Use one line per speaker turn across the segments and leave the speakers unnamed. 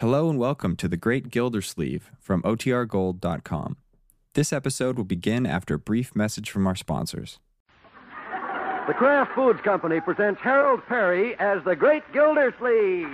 Hello and welcome to The Great Gildersleeve from OTRGold.com. This episode will begin after a brief message from our sponsors.
The Kraft Foods Company presents Harold Perry as the Great Gildersleeve.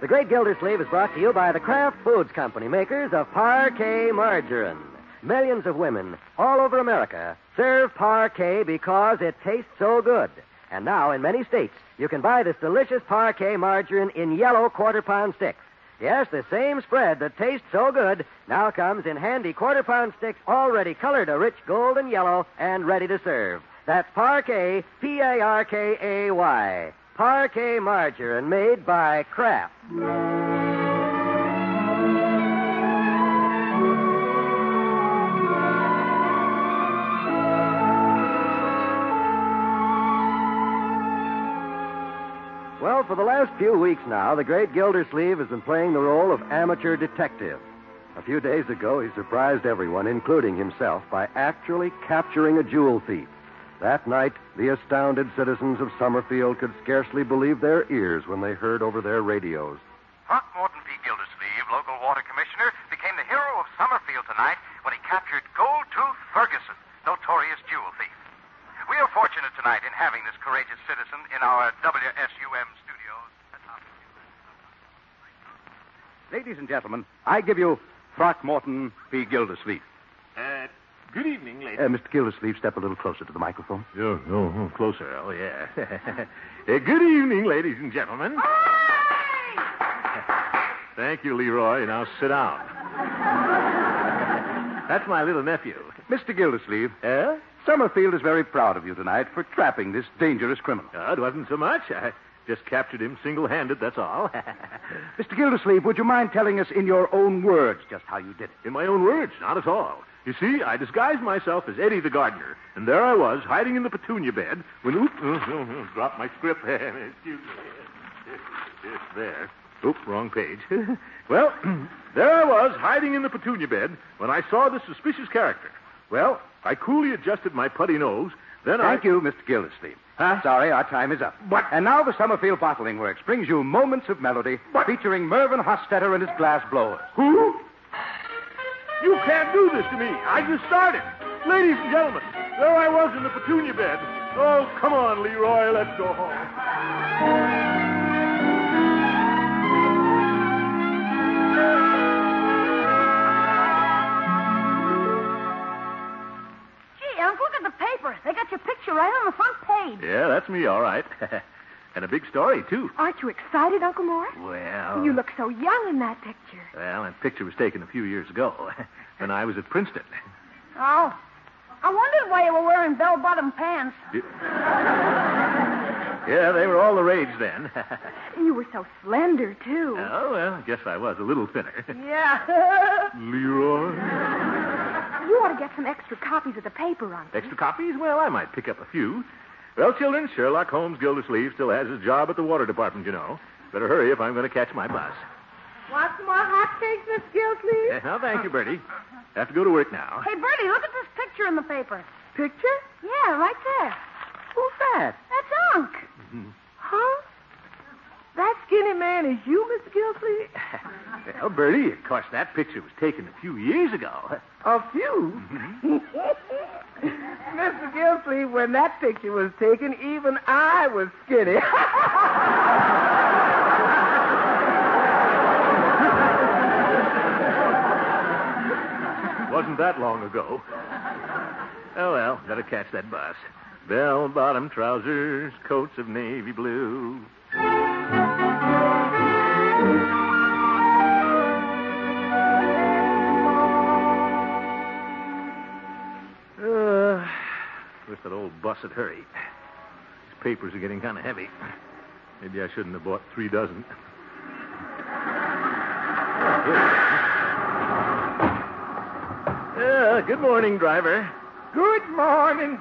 The Great Gildersleeve is brought to you by the Kraft Foods Company, makers of Parquet Margarine. Millions of women all over America serve parquet because it tastes so good. And now, in many states, you can buy this delicious parquet margarine in yellow quarter pound sticks. Yes, the same spread that tastes so good now comes in handy quarter pound sticks already colored a rich golden yellow and ready to serve. That's parquet, P A R K A Y. Parquet margarine made by Kraft. Well, for the last few weeks now, the great Gildersleeve has been playing the role of amateur detective. A few days ago, he surprised everyone, including himself, by actually capturing a jewel thief. That night, the astounded citizens of Summerfield could scarcely believe their ears when they heard over their radios.
Throckmorton P. Gildersleeve, local water commissioner, became the hero of Summerfield tonight when he captured Gold Tooth Ferguson, notorious jewel thief. We are fortunate tonight in having this courageous citizen in our WSUM studios.
Ladies and gentlemen, I give you Throckmorton P. Gildersleeve.
Uh, good evening, ladies.
Uh, Mr. Gildersleeve, step a little closer to the microphone.
Oh, no, no, closer. Oh, yeah. Uh, good evening, ladies and gentlemen. Thank you, Leroy. Now sit down. That's my little nephew.
Mr. Gildersleeve, uh,
Eh?
Summerfield is very proud of you tonight for trapping this dangerous criminal.
Oh, it wasn't so much. I just captured him single-handed, that's all.
Mr. Gildersleeve, would you mind telling us in your own words just how you did it?
In my own words, not at all. You see, I disguised myself as Eddie the gardener, and there I was, hiding in the petunia bed, when... Oop, oh, oh, oh, dropped my script. Excuse me. There. Oop, wrong page. well, there I was, hiding in the petunia bed, when I saw this suspicious character. Well, I coolly adjusted my putty nose, then I...
Thank you, Mr. Gildersleeve.
Huh?
Sorry, our time is up.
What?
And now the Summerfield Bottling Works brings you Moments of Melody featuring Mervyn Hostetter and his glass blowers.
Who? You can't do this to me. I just started. Ladies and gentlemen, there I was in the petunia bed. Oh, come on, Leroy, let's go home.
Gee, Unc, look at the paper. They got your picture right on the front page.
Yeah, that's me, all right. and a big story, too.
Aren't you excited, Uncle Morris?
Well,
You look so young in that picture.
well, that picture was taken a few years ago when I was at Princeton.
Oh. I wondered why you were wearing bell bottom pants.
Yeah, they were all the rage then.
You were so slender, too.
oh, well, I guess I was a little thinner.
Yeah.
Leroy?
you ought to get some extra copies of the paper, Unc.
Extra copies? Well, I might pick up a few. Well, children, Sherlock Holmes Gildersleeve still has his job at the water department, you know. Better hurry if I'm going to catch my bus.
Want some more hotcakes, Miss Gildersleeve?
Yeah, well, thank you, Bertie. Have to go to work now.
Hey, Bertie, look at this picture in the paper. Picture? Yeah, right there.
Who's that? Mm-hmm.
That's Unc.
Huh? That skinny man is you, Miss Gildersleeve?
Well, Bertie, of course, that picture was taken a few years ago.
A few. Mr. Gildersleeve, when that picture was taken, even I was skinny.
Wasn't that long ago. Oh, well, better catch that bus. Bell bottom trousers, coats of navy blue. Uh, wish that old bus would hurry. These papers are getting kind of heavy. Maybe I shouldn't have bought three dozen. Yeah, Uh, good morning, driver.
Good morning.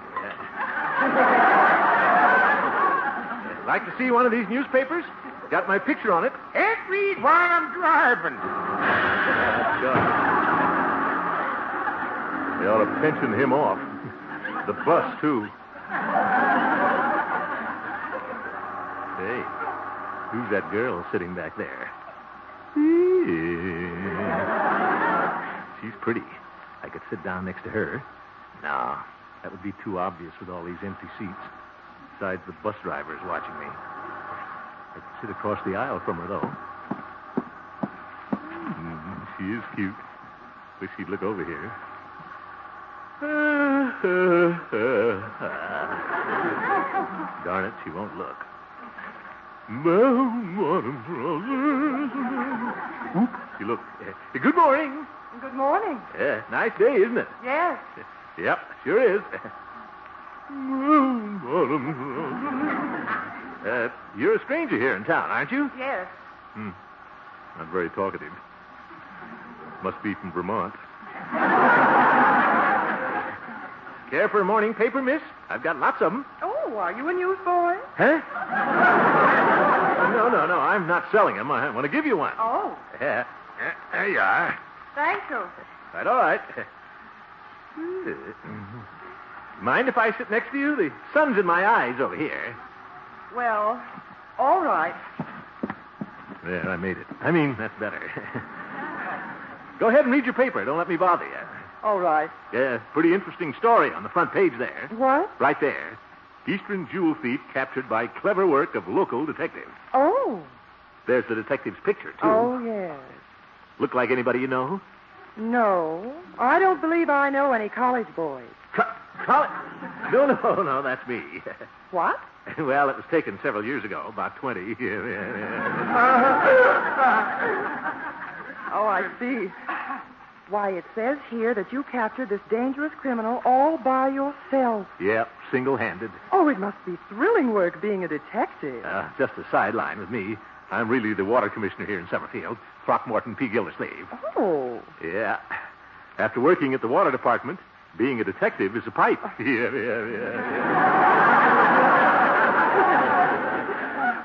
Like to see one of these newspapers? Got my picture on it. Can't read while I'm driving. They ought to pension him off. The bus, too. Hey, who's that girl sitting back there? She's pretty. I could sit down next to her. No, that would be too obvious with all these empty seats. Besides, the bus driver's watching me. I could sit across the aisle from her, though. Mm, she is cute. Wish she'd look over here. Darn it, she won't look. Oop, she looked. Eh, Good morning.
Good morning.
Yeah, nice day, isn't it?
Yes.
Yep, sure is. Uh, you're a stranger here in town, aren't you?
Yes.
Not very talkative. Must be from Vermont. Care for a morning paper, miss? I've got lots of them.
Oh, are you a newsboy?
Huh? no, no, no. I'm not selling them. I want to give you one.
Oh,
Yeah. Yeah, There you are.
thank you.
Right, all right. Mind if I sit next to you? The sun's in my eyes over here.
Well, all right.
There, I made it. I mean, that's better. Go ahead and read your paper. Don't let me bother you.
All right.
Yeah, pretty interesting story on the front page there.
What?
Right there. Eastern jewel thief captured by clever work of local detective.
Oh.
There's the detective's picture, too.
Oh, yes.
Look like anybody you know?
No, I don't believe I know any college boys.
Co- Col- no, no, no, that's me.
What?
well, it was taken several years ago, about 20.
Oh, I see. Why, it says here that you captured this dangerous criminal all by yourself.
yep, single handed.
Oh, it must be thrilling work being a detective.
Uh, just a sideline with me. I'm really the water commissioner here in Summerfield, Throckmorton P. Gildersleeve.
Oh.
Yeah. After working at the water department, being a detective is a pipe. yeah, yeah, yeah.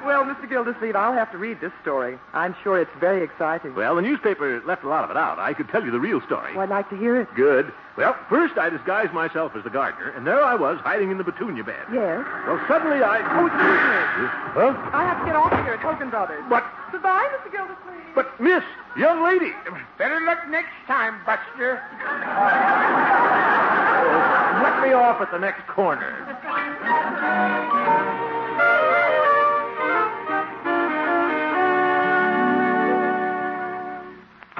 Well, Mr. Gildersleeve, I'll have to read this story. I'm sure it's very exciting.
Well, the newspaper left a lot of it out. I could tell you the real story.
Well, I'd like to hear it.
Good. Well, first I disguised myself as the gardener, and there I was hiding in the petunia bed.
Yes.
Well, suddenly I.
Oh, excuse
Huh?
I have to get off here at Hogan Brothers.
But,
Goodbye, Mr. Gildersleeve.
but, miss, young lady.
Better luck next time, Buster.
Let me off at the next corner.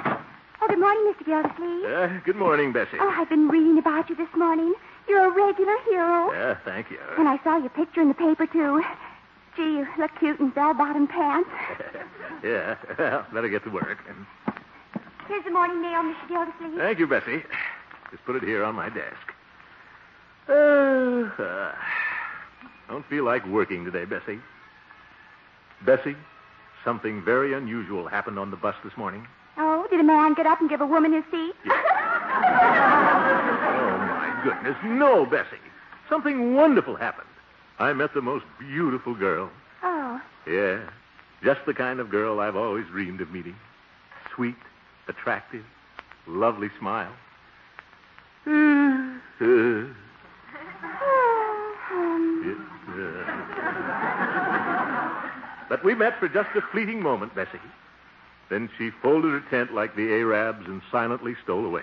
Oh, good morning, Mr. Gildersleeve.
Uh, good morning, Bessie.
Oh, I've been reading about you this morning. You're a regular hero.
Yeah, Uh, thank you.
And I saw your picture in the paper, too. Gee, you look cute in bell-bottom pants.
yeah, well, better get to work.
Here's the morning mail, Mr. Gildersleeve.
Thank you, Bessie. Just put it here on my desk. Uh, don't feel like working today, Bessie. Bessie, something very unusual happened on the bus this morning.
Oh, did a man get up and give a woman his seat?
Oh, my goodness. No, Bessie. Something wonderful happened. I met the most beautiful girl.
Oh,
Yeah. Just the kind of girl I've always dreamed of meeting. Sweet, attractive, lovely smile.
hmm.
Uh,
um,
it, uh. but we met for just a fleeting moment, Bessie. Then she folded her tent like the Arabs and silently stole away.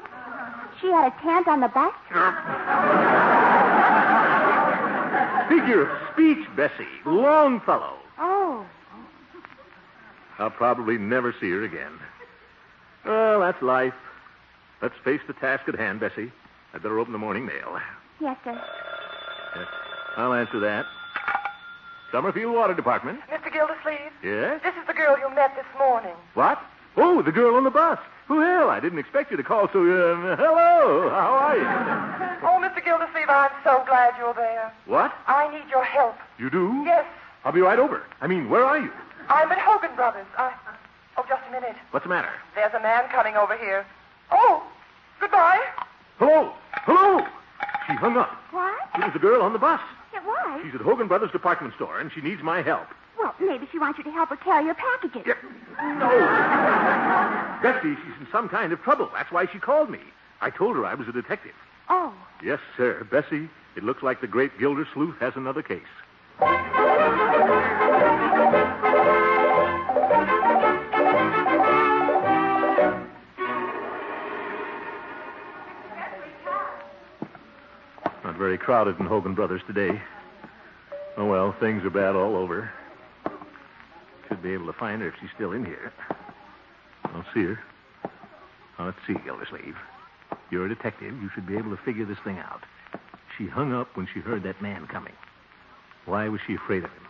she had a tent on the bus?
Figure of speech, Bessie. Longfellow.
Oh,
I'll probably never see her again. Well, Oh, that's life. Let's face the task at hand, Bessie. I'd better open the morning mail.
yes, sir.
Uh, I'll answer that. Summerfield Water Department.
Mr. Gildersleeve,
Yes?
this is the girl you met this morning.
What? Oh, the girl on the bus. Well, I didn't expect you to call so. Uh, hello. How are
Oh, Mr. Gildersleeve, I'm so glad you're there.
you? What?
I need your help.
You do?
Yes,
I'll be right over. I mean, where are you?
I'm at Hogan Brothers. I... Oh, just a minute.
What's the matter?
There's a man coming over here. Oh, goodbye.
Hello. Hello. She hung up.
What?
It was the girl on the bus.
It it was.
She's at Hogan Brothers Department Store, and she needs my help.
Well, maybe she wants you to help her carry your packages.
Bessie, she's in some kind of trouble. That's why she called me. I told her I was a detective.
Oh.
Yes, sir. Bessie, it looks like the great Gilder Sleuth has another case. Not very crowded in Hogan Brothers today. Oh, well, things are bad all over. Should be able to find her if she's still in here. I don't see her. Now, let's see, Gildersleeve. You're a detective. You should be able to figure this thing out. She hung up when she heard that man coming. Why was she afraid of him?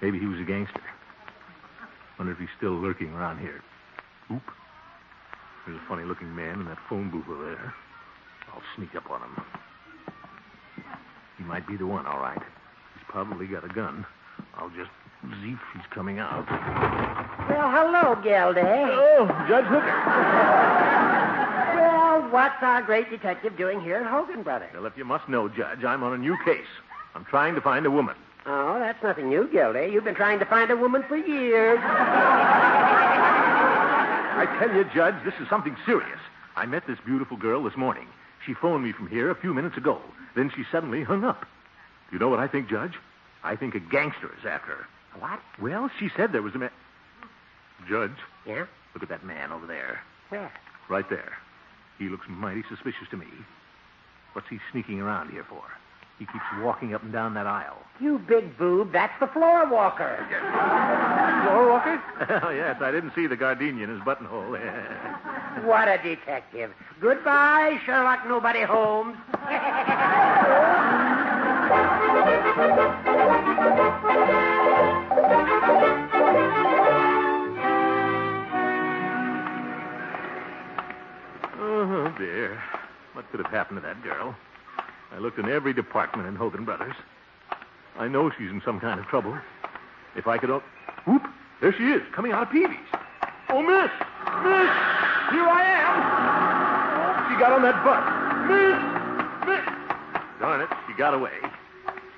Maybe he was a gangster. Wonder if he's still lurking around here. Oop. There's a funny looking man in that phone booth over there. I'll sneak up on him. He might be the one, all right. He's probably got a gun. I'll just zeep he's coming out.
Well, hello, Gildy.
Oh, Judge Hooker.
Well, what's our great detective doing here at Hogan Brothers?
Well, if you must know, Judge, I'm on a new case. I'm trying to find a woman.
Oh, that's nothing new, Gildy. You've been trying to find a woman for years.
I tell you, Judge, this is something serious. I met this beautiful girl this morning. She phoned me from here a few minutes ago. Then she suddenly hung up. Do you know what I think, Judge? I think a gangster is after her.
What?
Well, she said there was a man. Judge,
Yeah?
look at that man over there.
Where?
Right there. He looks mighty suspicious to me. What's he sneaking around here for? He keeps walking up and down that aisle.
You big boob, that's the floor walker.
Floor walker? oh, yes. I didn't see the gardenia in his buttonhole.
What a detective. Goodbye, Sherlock Nobody Holmes.
Oh, dear. What could have happened to that girl? I looked in every department in Hogan Brothers. I know she's in some kind of trouble. If I could. o- Whoop! There she is, coming out of Peavy's. Oh, miss! Miss! Here I am! Oh, She got on that bus. Miss! Miss! Darn it, she got away.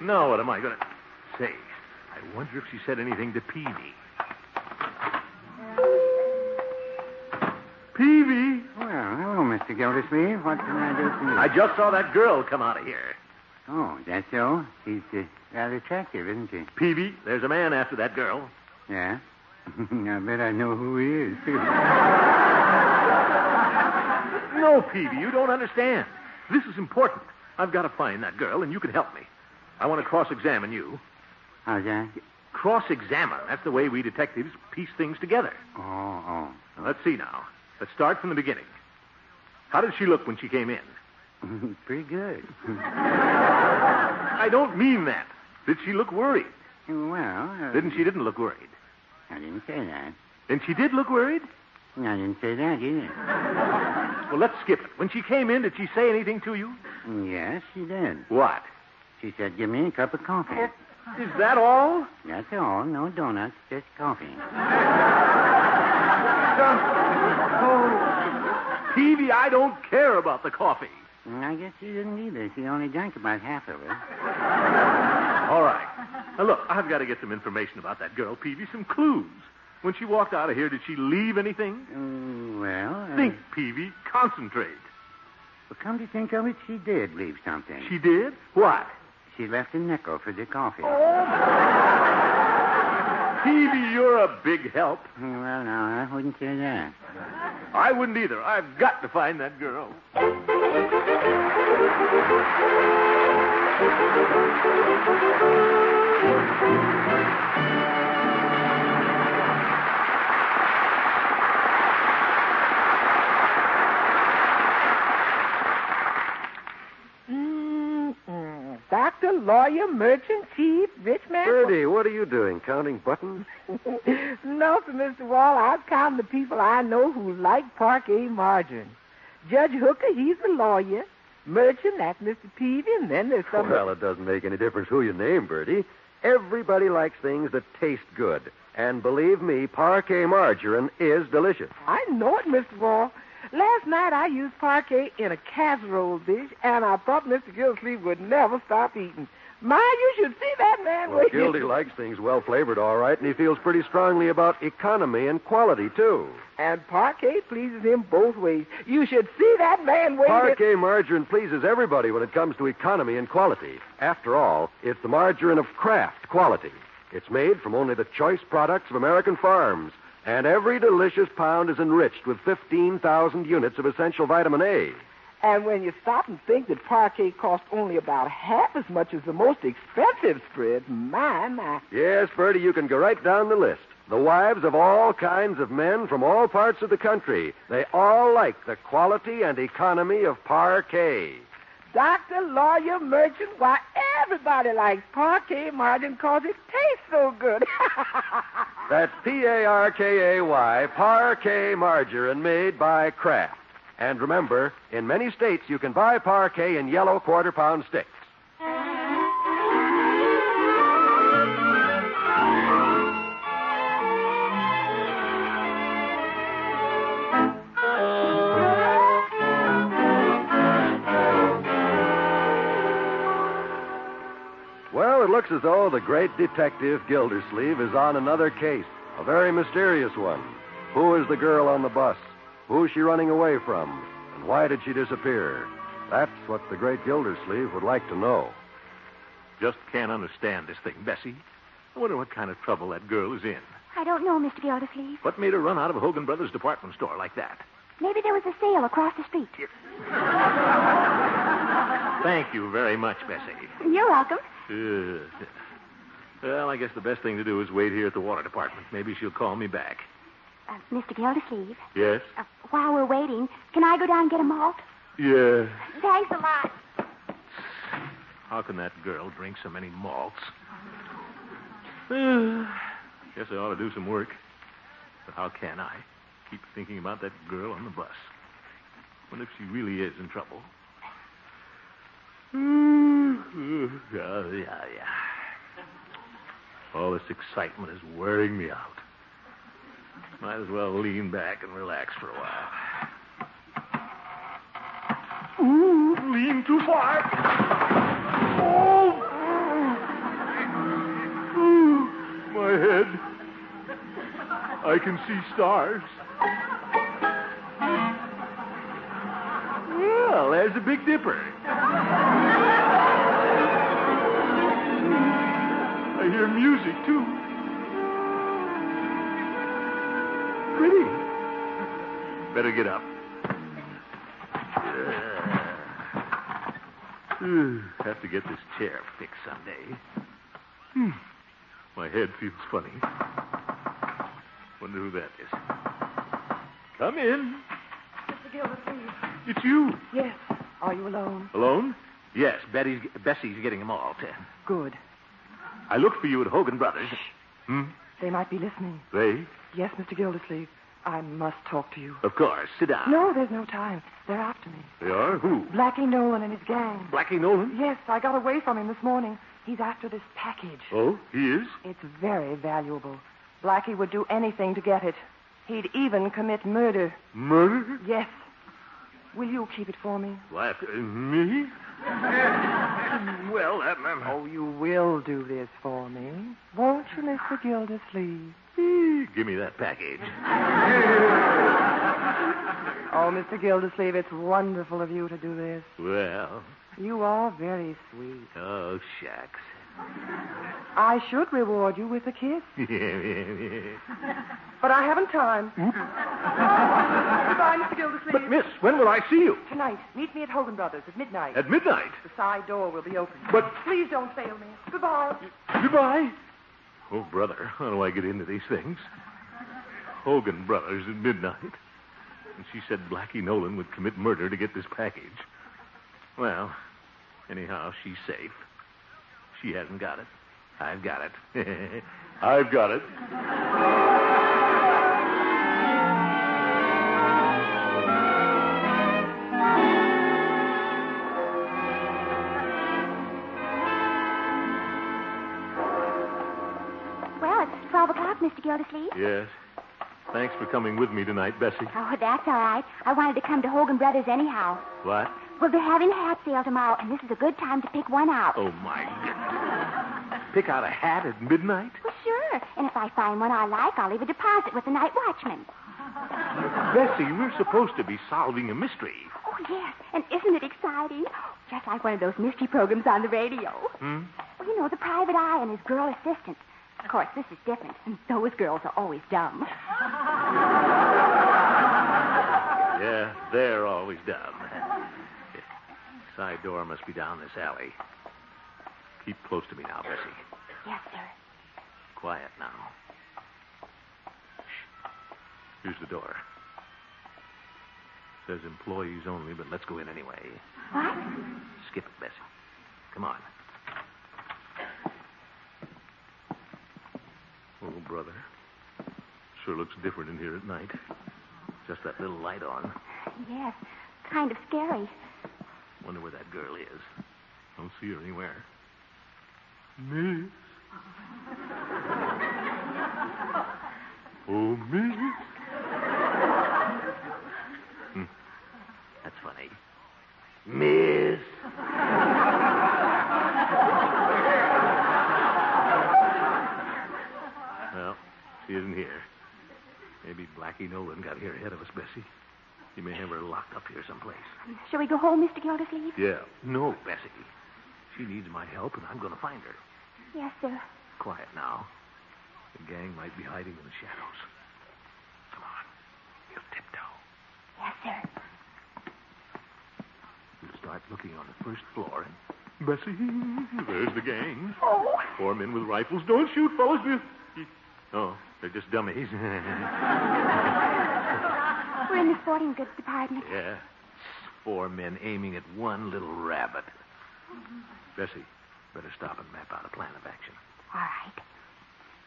Now what am I going to say? I wonder if she said anything to Peavy. Peavy!
Well, hello, Mr. Gildersleeve. What can I do for you?
I just saw that girl come out of here.
Oh, that's so? She's uh, rather attractive, isn't she?
Peavy, there's a man after that girl.
Yeah. I bet I know who he is, too.
No, Peavy, you don't understand. This is important. I've got to find that girl, and you can help me. I want to cross examine you.
How's that?
Cross examine. That's the way we detectives piece things together.
Oh, oh.
Now, let's see now. Let's start from the beginning. How did she look when she came in?
oh. Pretty good.
I don't mean that. Did she look worried?
well, uh,
Didn't she didn't look worried.
I didn't say that.
And she did look worried?
I didn't say that either.
Well, let's skip it. When she came in, did she say anything to you?
Yes, she did.
What?
She said, "Give me a cup of coffee."
Is that all?
That's all. No donuts, just coffee.
Peavy, I don't care about the coffee.
And Mm, I guess she didn't either. She only drank about half of it.
All right. Now, look, I've got to get some information about that girl, Peavy, some clues. When she walked out of here, did she leave anything?
Mm, well, uh,
Think, Peavy. Concentrate.
well, come to think of it, she did leave something.
She did? What?
She left a nickel for the coffee.
Oh.
Peavy, you're a big help.
Well, no, I wouldn't say that.
I wouldn't either. I've got to find that girl.
Mm-mm. Doctor, lawyer, merchant, chief, rich man.
Bertie, what are you doing? Counting buttons?
no, for Mr. Wall, I've counted the people I know who like parquet margarine. Judge Hooker, he's the lawyer. Merchant, that's Mr. Peavy, and then there's some.
Well, it doesn't make any difference who you name, Bertie. Everybody likes things that taste good. And believe me, parquet margarine is delicious.
I know it, Mr. Wall. Last night I used parquet in a casserole dish, and I thought Mr. Gildersleeve would never stop eating. My, you should see that man.
Well,
when-
Gildy likes things well flavored, all right, and he feels pretty strongly about economy and quality, too.
And parquet pleases him both ways. You should see that man waiting.
Parquet margarine pleases everybody when it comes to economy and quality. After all, it's the margarine of craft quality. It's made from only the choice products of American farms, and every delicious pound is enriched with 15,000 units of essential vitamin A.
And when you stop and think that parquet costs only about half as much as the most expensive spread, my, my.
Yes, Bertie, you can go right down the list. The wives of all kinds of men from all parts of the country, they all like the quality and economy of parquet.
Doctor, lawyer, merchant, why, everybody likes parquet margarine because it tastes so good.
That's P A R K A Y, parquet margarine made by Kraft. And remember, in many states you can buy parquet in yellow quarter pound sticks. Well, it looks as though the great detective Gildersleeve is on another case, a very mysterious one. Who is the girl on the bus? Who is she running away from? And why did she disappear? That's what the great Gildersleeve would like to know.
Just can't understand this thing, Bessie. I wonder what kind of trouble that girl is in.
I don't know, Mr. Gildersleeve.
What made her run out of Hogan Brothers department store like that?
Maybe there was a sale across the street.
Thank you very much, Bessie.
You're welcome.
Uh, well, I guess the best thing to do is wait here at the water department. Maybe she'll call me back.
Uh, Mr. Gildersleeve,
Yes?
uh, while we're waiting, can I go down and get a malt?
Yeah.
Thanks a lot.
How can that girl drink so many malts? Uh, guess I ought to do some work. But how can I? Keep thinking about that girl on the bus. Wonder if she really is in trouble. Uh, yeah, yeah, yeah. All this excitement is wearing me out. Might as well lean back and relax for a while.
Ooh.
Lean too far. Oh! My head. I can see stars. Well, there's the Big Dipper. I hear music, too. Pretty. Better get up. Ugh, Hmm, Have to get this chair fixed someday. Hmm. My head feels funny. Wonder who that is. Come in.
Mr. Gildersleeve.
It's you.
Yes. Are you alone?
Alone? Yes, Betty's, Bessie's getting them all.
Good.
I looked for you at Hogan Brothers. Hmm?
They might be listening.
They?
Yes, Mr. Gildersleeve. I must talk to you.
Of course. Sit down.
No, there's no time. They're after me.
They are? Who?
Blackie Nolan and his gang.
Blackie Nolan?
Yes, I got away from him this morning. He's after this package.
Oh, he is?
It's very valuable. Blackie would do anything to get it. He'd even commit murder.
Murder?
Yes. Will you keep it for me?
Black. uh, me? well, that man.
Oh, you will do this for me, won't you, Mr. Gildersleeve?
Give me that package.
Oh, Mr. Gildersleeve, it's wonderful of you to do this.
Well,
You are very sweet.
oh, shucks.
I should reward you with a kiss, but I haven't time. Goodbye, Mr. Gildersleeve.
but, miss, when will I see you?
Tonight, meet me at Hogan Brothers at midnight.
At midnight.
The side door will be open.
But-
please don't fail me. Goodbye.
Goodbye. Oh, brother, how do I get into these things? Hogan Brothers at midnight. And she said Blackie Nolan would commit murder to get this package. Well, anyhow, she's safe. She hasn't got it. I've got it. I've got it.
Well, it's 12 o'clock, Mr. Gildersleeve.
Yes. Thanks for coming with me tonight, Bessie.
Oh, that's all right. I wanted to come to Hogan Brothers anyhow.
What?
Well, they're having hat sale tomorrow, and this is a good time to pick one out.
Oh, my goodness. Pick out a hat at midnight?
Well, sure. And if I find one I like, I'll leave a deposit with the night watchman.
Bessie, we're supposed to be solving a mystery.
Oh, yes. And isn't it exciting? Just like one of those mystery programs on the radio.
Hmm?
Well, you know, the private eye and his girl assistant. Of course, this is different. And those girls are always dumb.
Yeah, they're always dumb. Side door must be down this alley. Keep close to me now, Bessie.
Yes, sir.
Quiet now. Shh. Here's the door. Says employees only, but let's go in anyway.
What?
Skip it, Bessie. Come on. Oh, brother. Sure looks different in here at night. Just that little light on.
Yes. Kind of scary.
Wonder where that girl is. Don't see her anywhere. Miss. Oh, miss. Hmm. That's funny. Miss. Well, she isn't here. Maybe Blackie Nolan got here ahead of us, Bessie. You may have her locked up here someplace.
Shall we go home, Mr. Gildersleeve?
Yeah. No, Bessie. She needs my help, and I'm going to find her.
Yes, sir.
Quiet now. The gang might be hiding in the shadows. Come on. We'll tiptoe.
Yes, sir.
We'll start looking on the first floor. And... Bessie, there's the gang.
Oh.
Four men with rifles. Don't shoot, fellas. We'll- Oh, they're just dummies.
We're in the sporting goods department.
yeah. Four men aiming at one little rabbit. Bessie, better stop and map out a plan of action.
All right.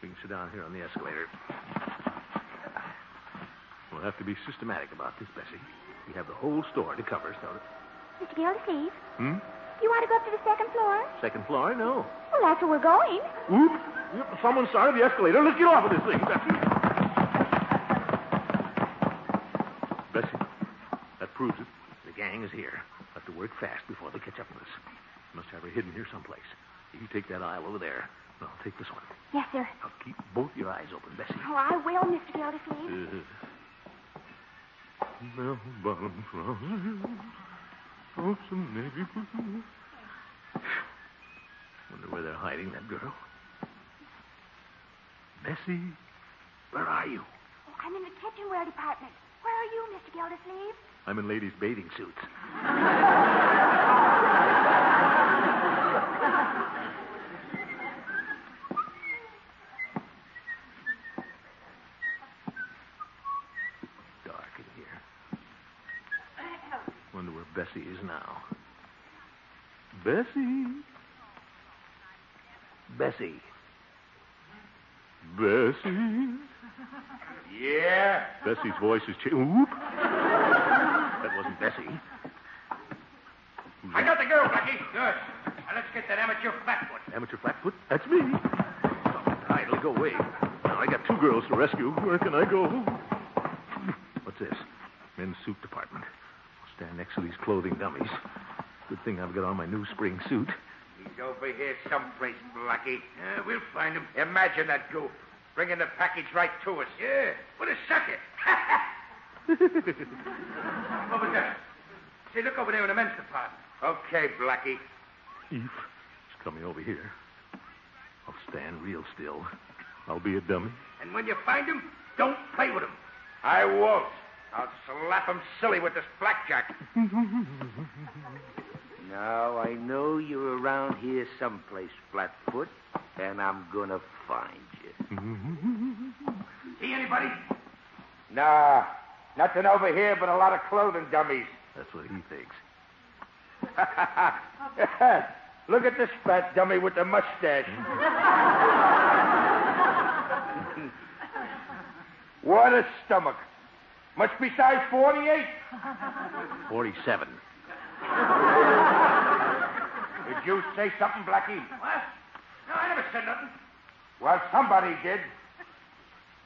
We can sit down here on the escalator. We'll have to be systematic about this, Bessie. We have the whole store to cover, so.
Mr. Gildersleeve,
Hmm?
you want to go up to the second floor?
Second floor? No.
Well, that's where we're going.
Whoop! Yep, someone started the escalator. Let's get off of this thing, Bessie. Bessie, that proves it. The gang is here. We'll have to work fast before they catch up with us. Must have her hidden here someplace. You take that aisle over there, and I'll take this one.
Yes, sir.
Now keep both your eyes open, Bessie.
Oh, I will, Mr. Gildersleeve.
Now, bottom flowers, folks and navy blue. Wonder where they're hiding that girl. Bessie, where are you?
Oh, I'm in the kitchenware department. Where are you, Mr. Gildersleeve?
I'm in ladies' bathing suits. Dark in here. Wonder where Bessie is now. Bessie. Bessie. Bessie. Yeah. Bessie's voice is changing. Whoop. That wasn't Bessie.
I got the girl, Blackie. Good. Now let's get that amateur flatfoot.
Amateur Flatfoot? That's me. All right, go away. Now I got two girls to rescue. Where can I go? What's this? Men's suit department. I'll stand next to these clothing dummies. Good thing I've got on my new spring suit.
He's over here someplace, Blackie. Uh, we'll find him. Imagine that goop. Bringing the package right to us. Yeah. What a sucker. over there. See, look over there in the men's department. Okay, Blackie.
Eve, she's coming over here. I'll stand real still. I'll be a dummy.
And when you find him, don't play with him. I won't. I'll slap him silly with this blackjack.
Now, I know you're around here someplace, Flatfoot, and I'm gonna find you.
See anybody?
Nah.
Nothing over here but a lot of clothing dummies.
That's what he thinks.
Look at this fat dummy with the mustache. what a stomach. Must be size 48.
47.
Did you say something, Blackie? What? No, I never said nothing. Well, somebody did.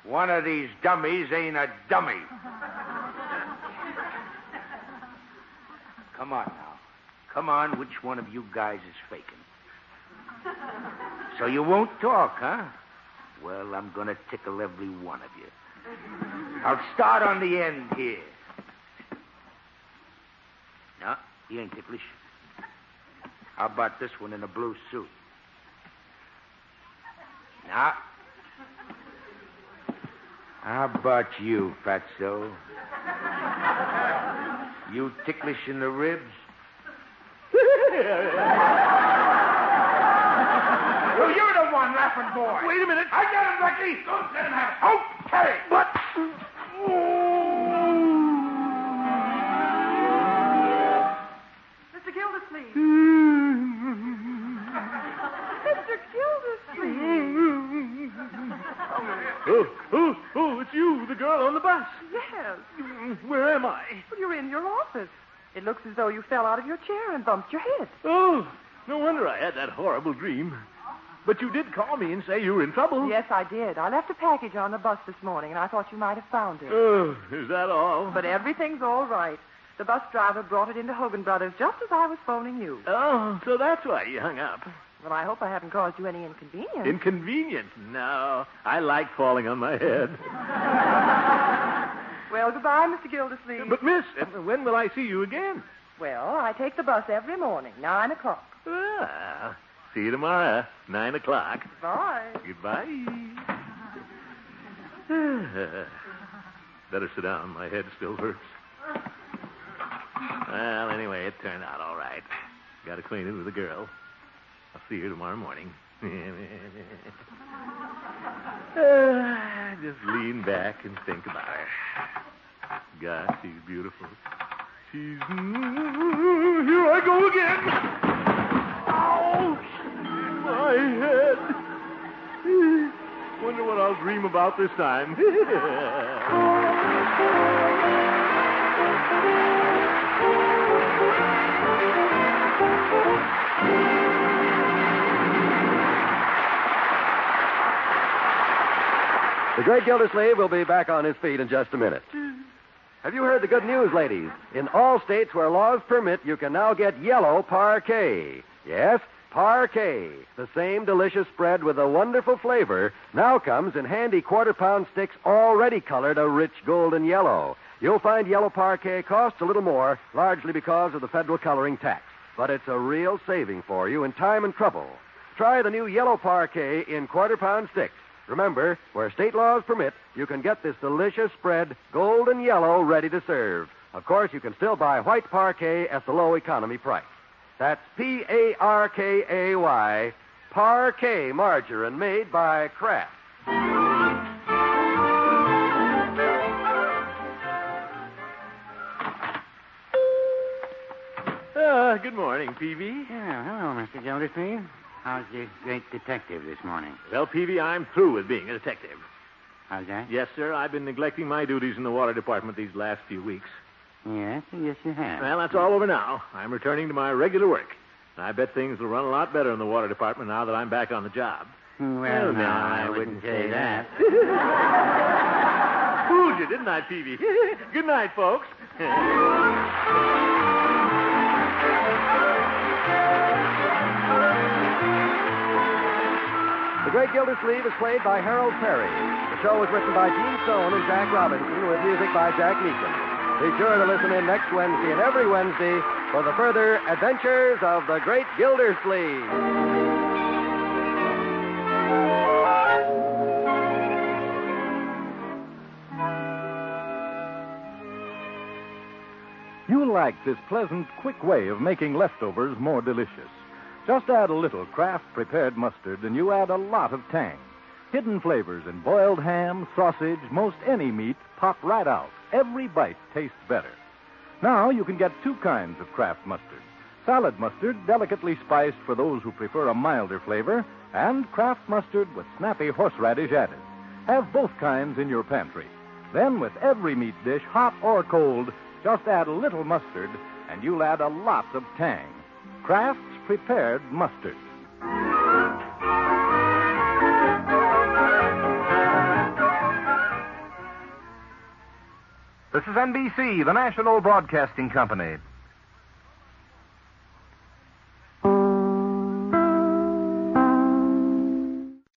One of these dummies ain't a dummy. Come on now.
Come on, which one of you guys is faking? So you won't talk, huh? Well, I'm going to tickle every one of you. I'll start on the end here. No, you ain't ticklish. How about this one in a blue suit? No. How about you, Fatso? You ticklish in the ribs?
Well, you're the one laughing, boy. Wait a minute. I got him, Lucky. Don't let him have it. Okay. But.
Mr. Gildersleeve. Mr. Gildersleeve.
Oh, oh, oh, it's you, the girl on the bus.
Yes.
Where am I?
Well, you're in your office. It looks as though you fell out of your chair and bumped your head.
Oh, no wonder I had that horrible dream. But you did call me and say you were in trouble.
Yes, I did. I left a package on the bus this morning, and I thought you might have found it.
Oh, is that all?
But everything's all right. The bus driver brought it into Hogan Brothers just as I was phoning you.
Oh, so that's why you hung up.
Well, I hope I haven't caused you any inconvenience.
Inconvenient. No, I like falling on my head.
well, goodbye, Mr. Gildersleeve.
But, miss, uh, when will I see you again?
Well, I take the bus every morning, nine o'clock.
Ah, see you tomorrow, 9 o'clock.
Bye.
Goodbye. Better sit down. My head still hurts. Well, anyway, it turned out all right. Got acquainted with the girl. I'll see her tomorrow morning. Ah, Just lean back and think about her. God, she's beautiful. She's. Here I go again. Ouch! My head. Wonder what I'll dream about this time.
The great Gildersleeve will be back on his feet in just a minute. Have you heard the good news, ladies? In all states where laws permit, you can now get yellow parquet. Yes, parquet. The same delicious spread with a wonderful flavor now comes in handy quarter pound sticks already colored a rich golden yellow. You'll find yellow parquet costs a little more, largely because of the federal coloring tax. But it's a real saving for you in time and trouble. Try the new yellow parquet in quarter pound sticks. Remember, where state laws permit, you can get this delicious spread, golden yellow, ready to serve. Of course, you can still buy white parquet at the low economy price. That's P A R K A Y, parquet margarine made by Kraft.
Ah, good morning, Peavy.
Yeah, hello, Mr. Gildersleeve. How's the great detective this morning?
Well, Peavy, I'm through with being a detective.
How's that?
Yes, sir. I've been neglecting my duties in the water department these last few weeks.
Yes, yes, you have.
Well, that's all over now. I'm returning to my regular work. And I bet things will run a lot better in the water department now that I'm back on the job.
Well,
Well,
no, I wouldn't say that.
Fooled you, didn't I, Peavy? Good night, folks.
The Great Gildersleeve is played by Harold Perry. The show was written by Gene Stone and Jack Robinson with music by Jack Meekin. Be sure to listen in next Wednesday and every Wednesday for the further adventures of the Great Gildersleeve.
You like this pleasant, quick way of making leftovers more delicious. Just add a little Kraft prepared mustard and you add a lot of tang. Hidden flavors in boiled ham, sausage, most any meat pop right out. Every bite tastes better. Now you can get two kinds of Kraft mustard. Salad mustard, delicately spiced for those who prefer a milder flavor, and Kraft mustard with snappy horseradish added. Have both kinds in your pantry. Then, with every meat dish, hot or cold, just add a little mustard, and you'll add a lot of tang. Kraft's prepared mustard.
This is NBC, the national broadcasting company.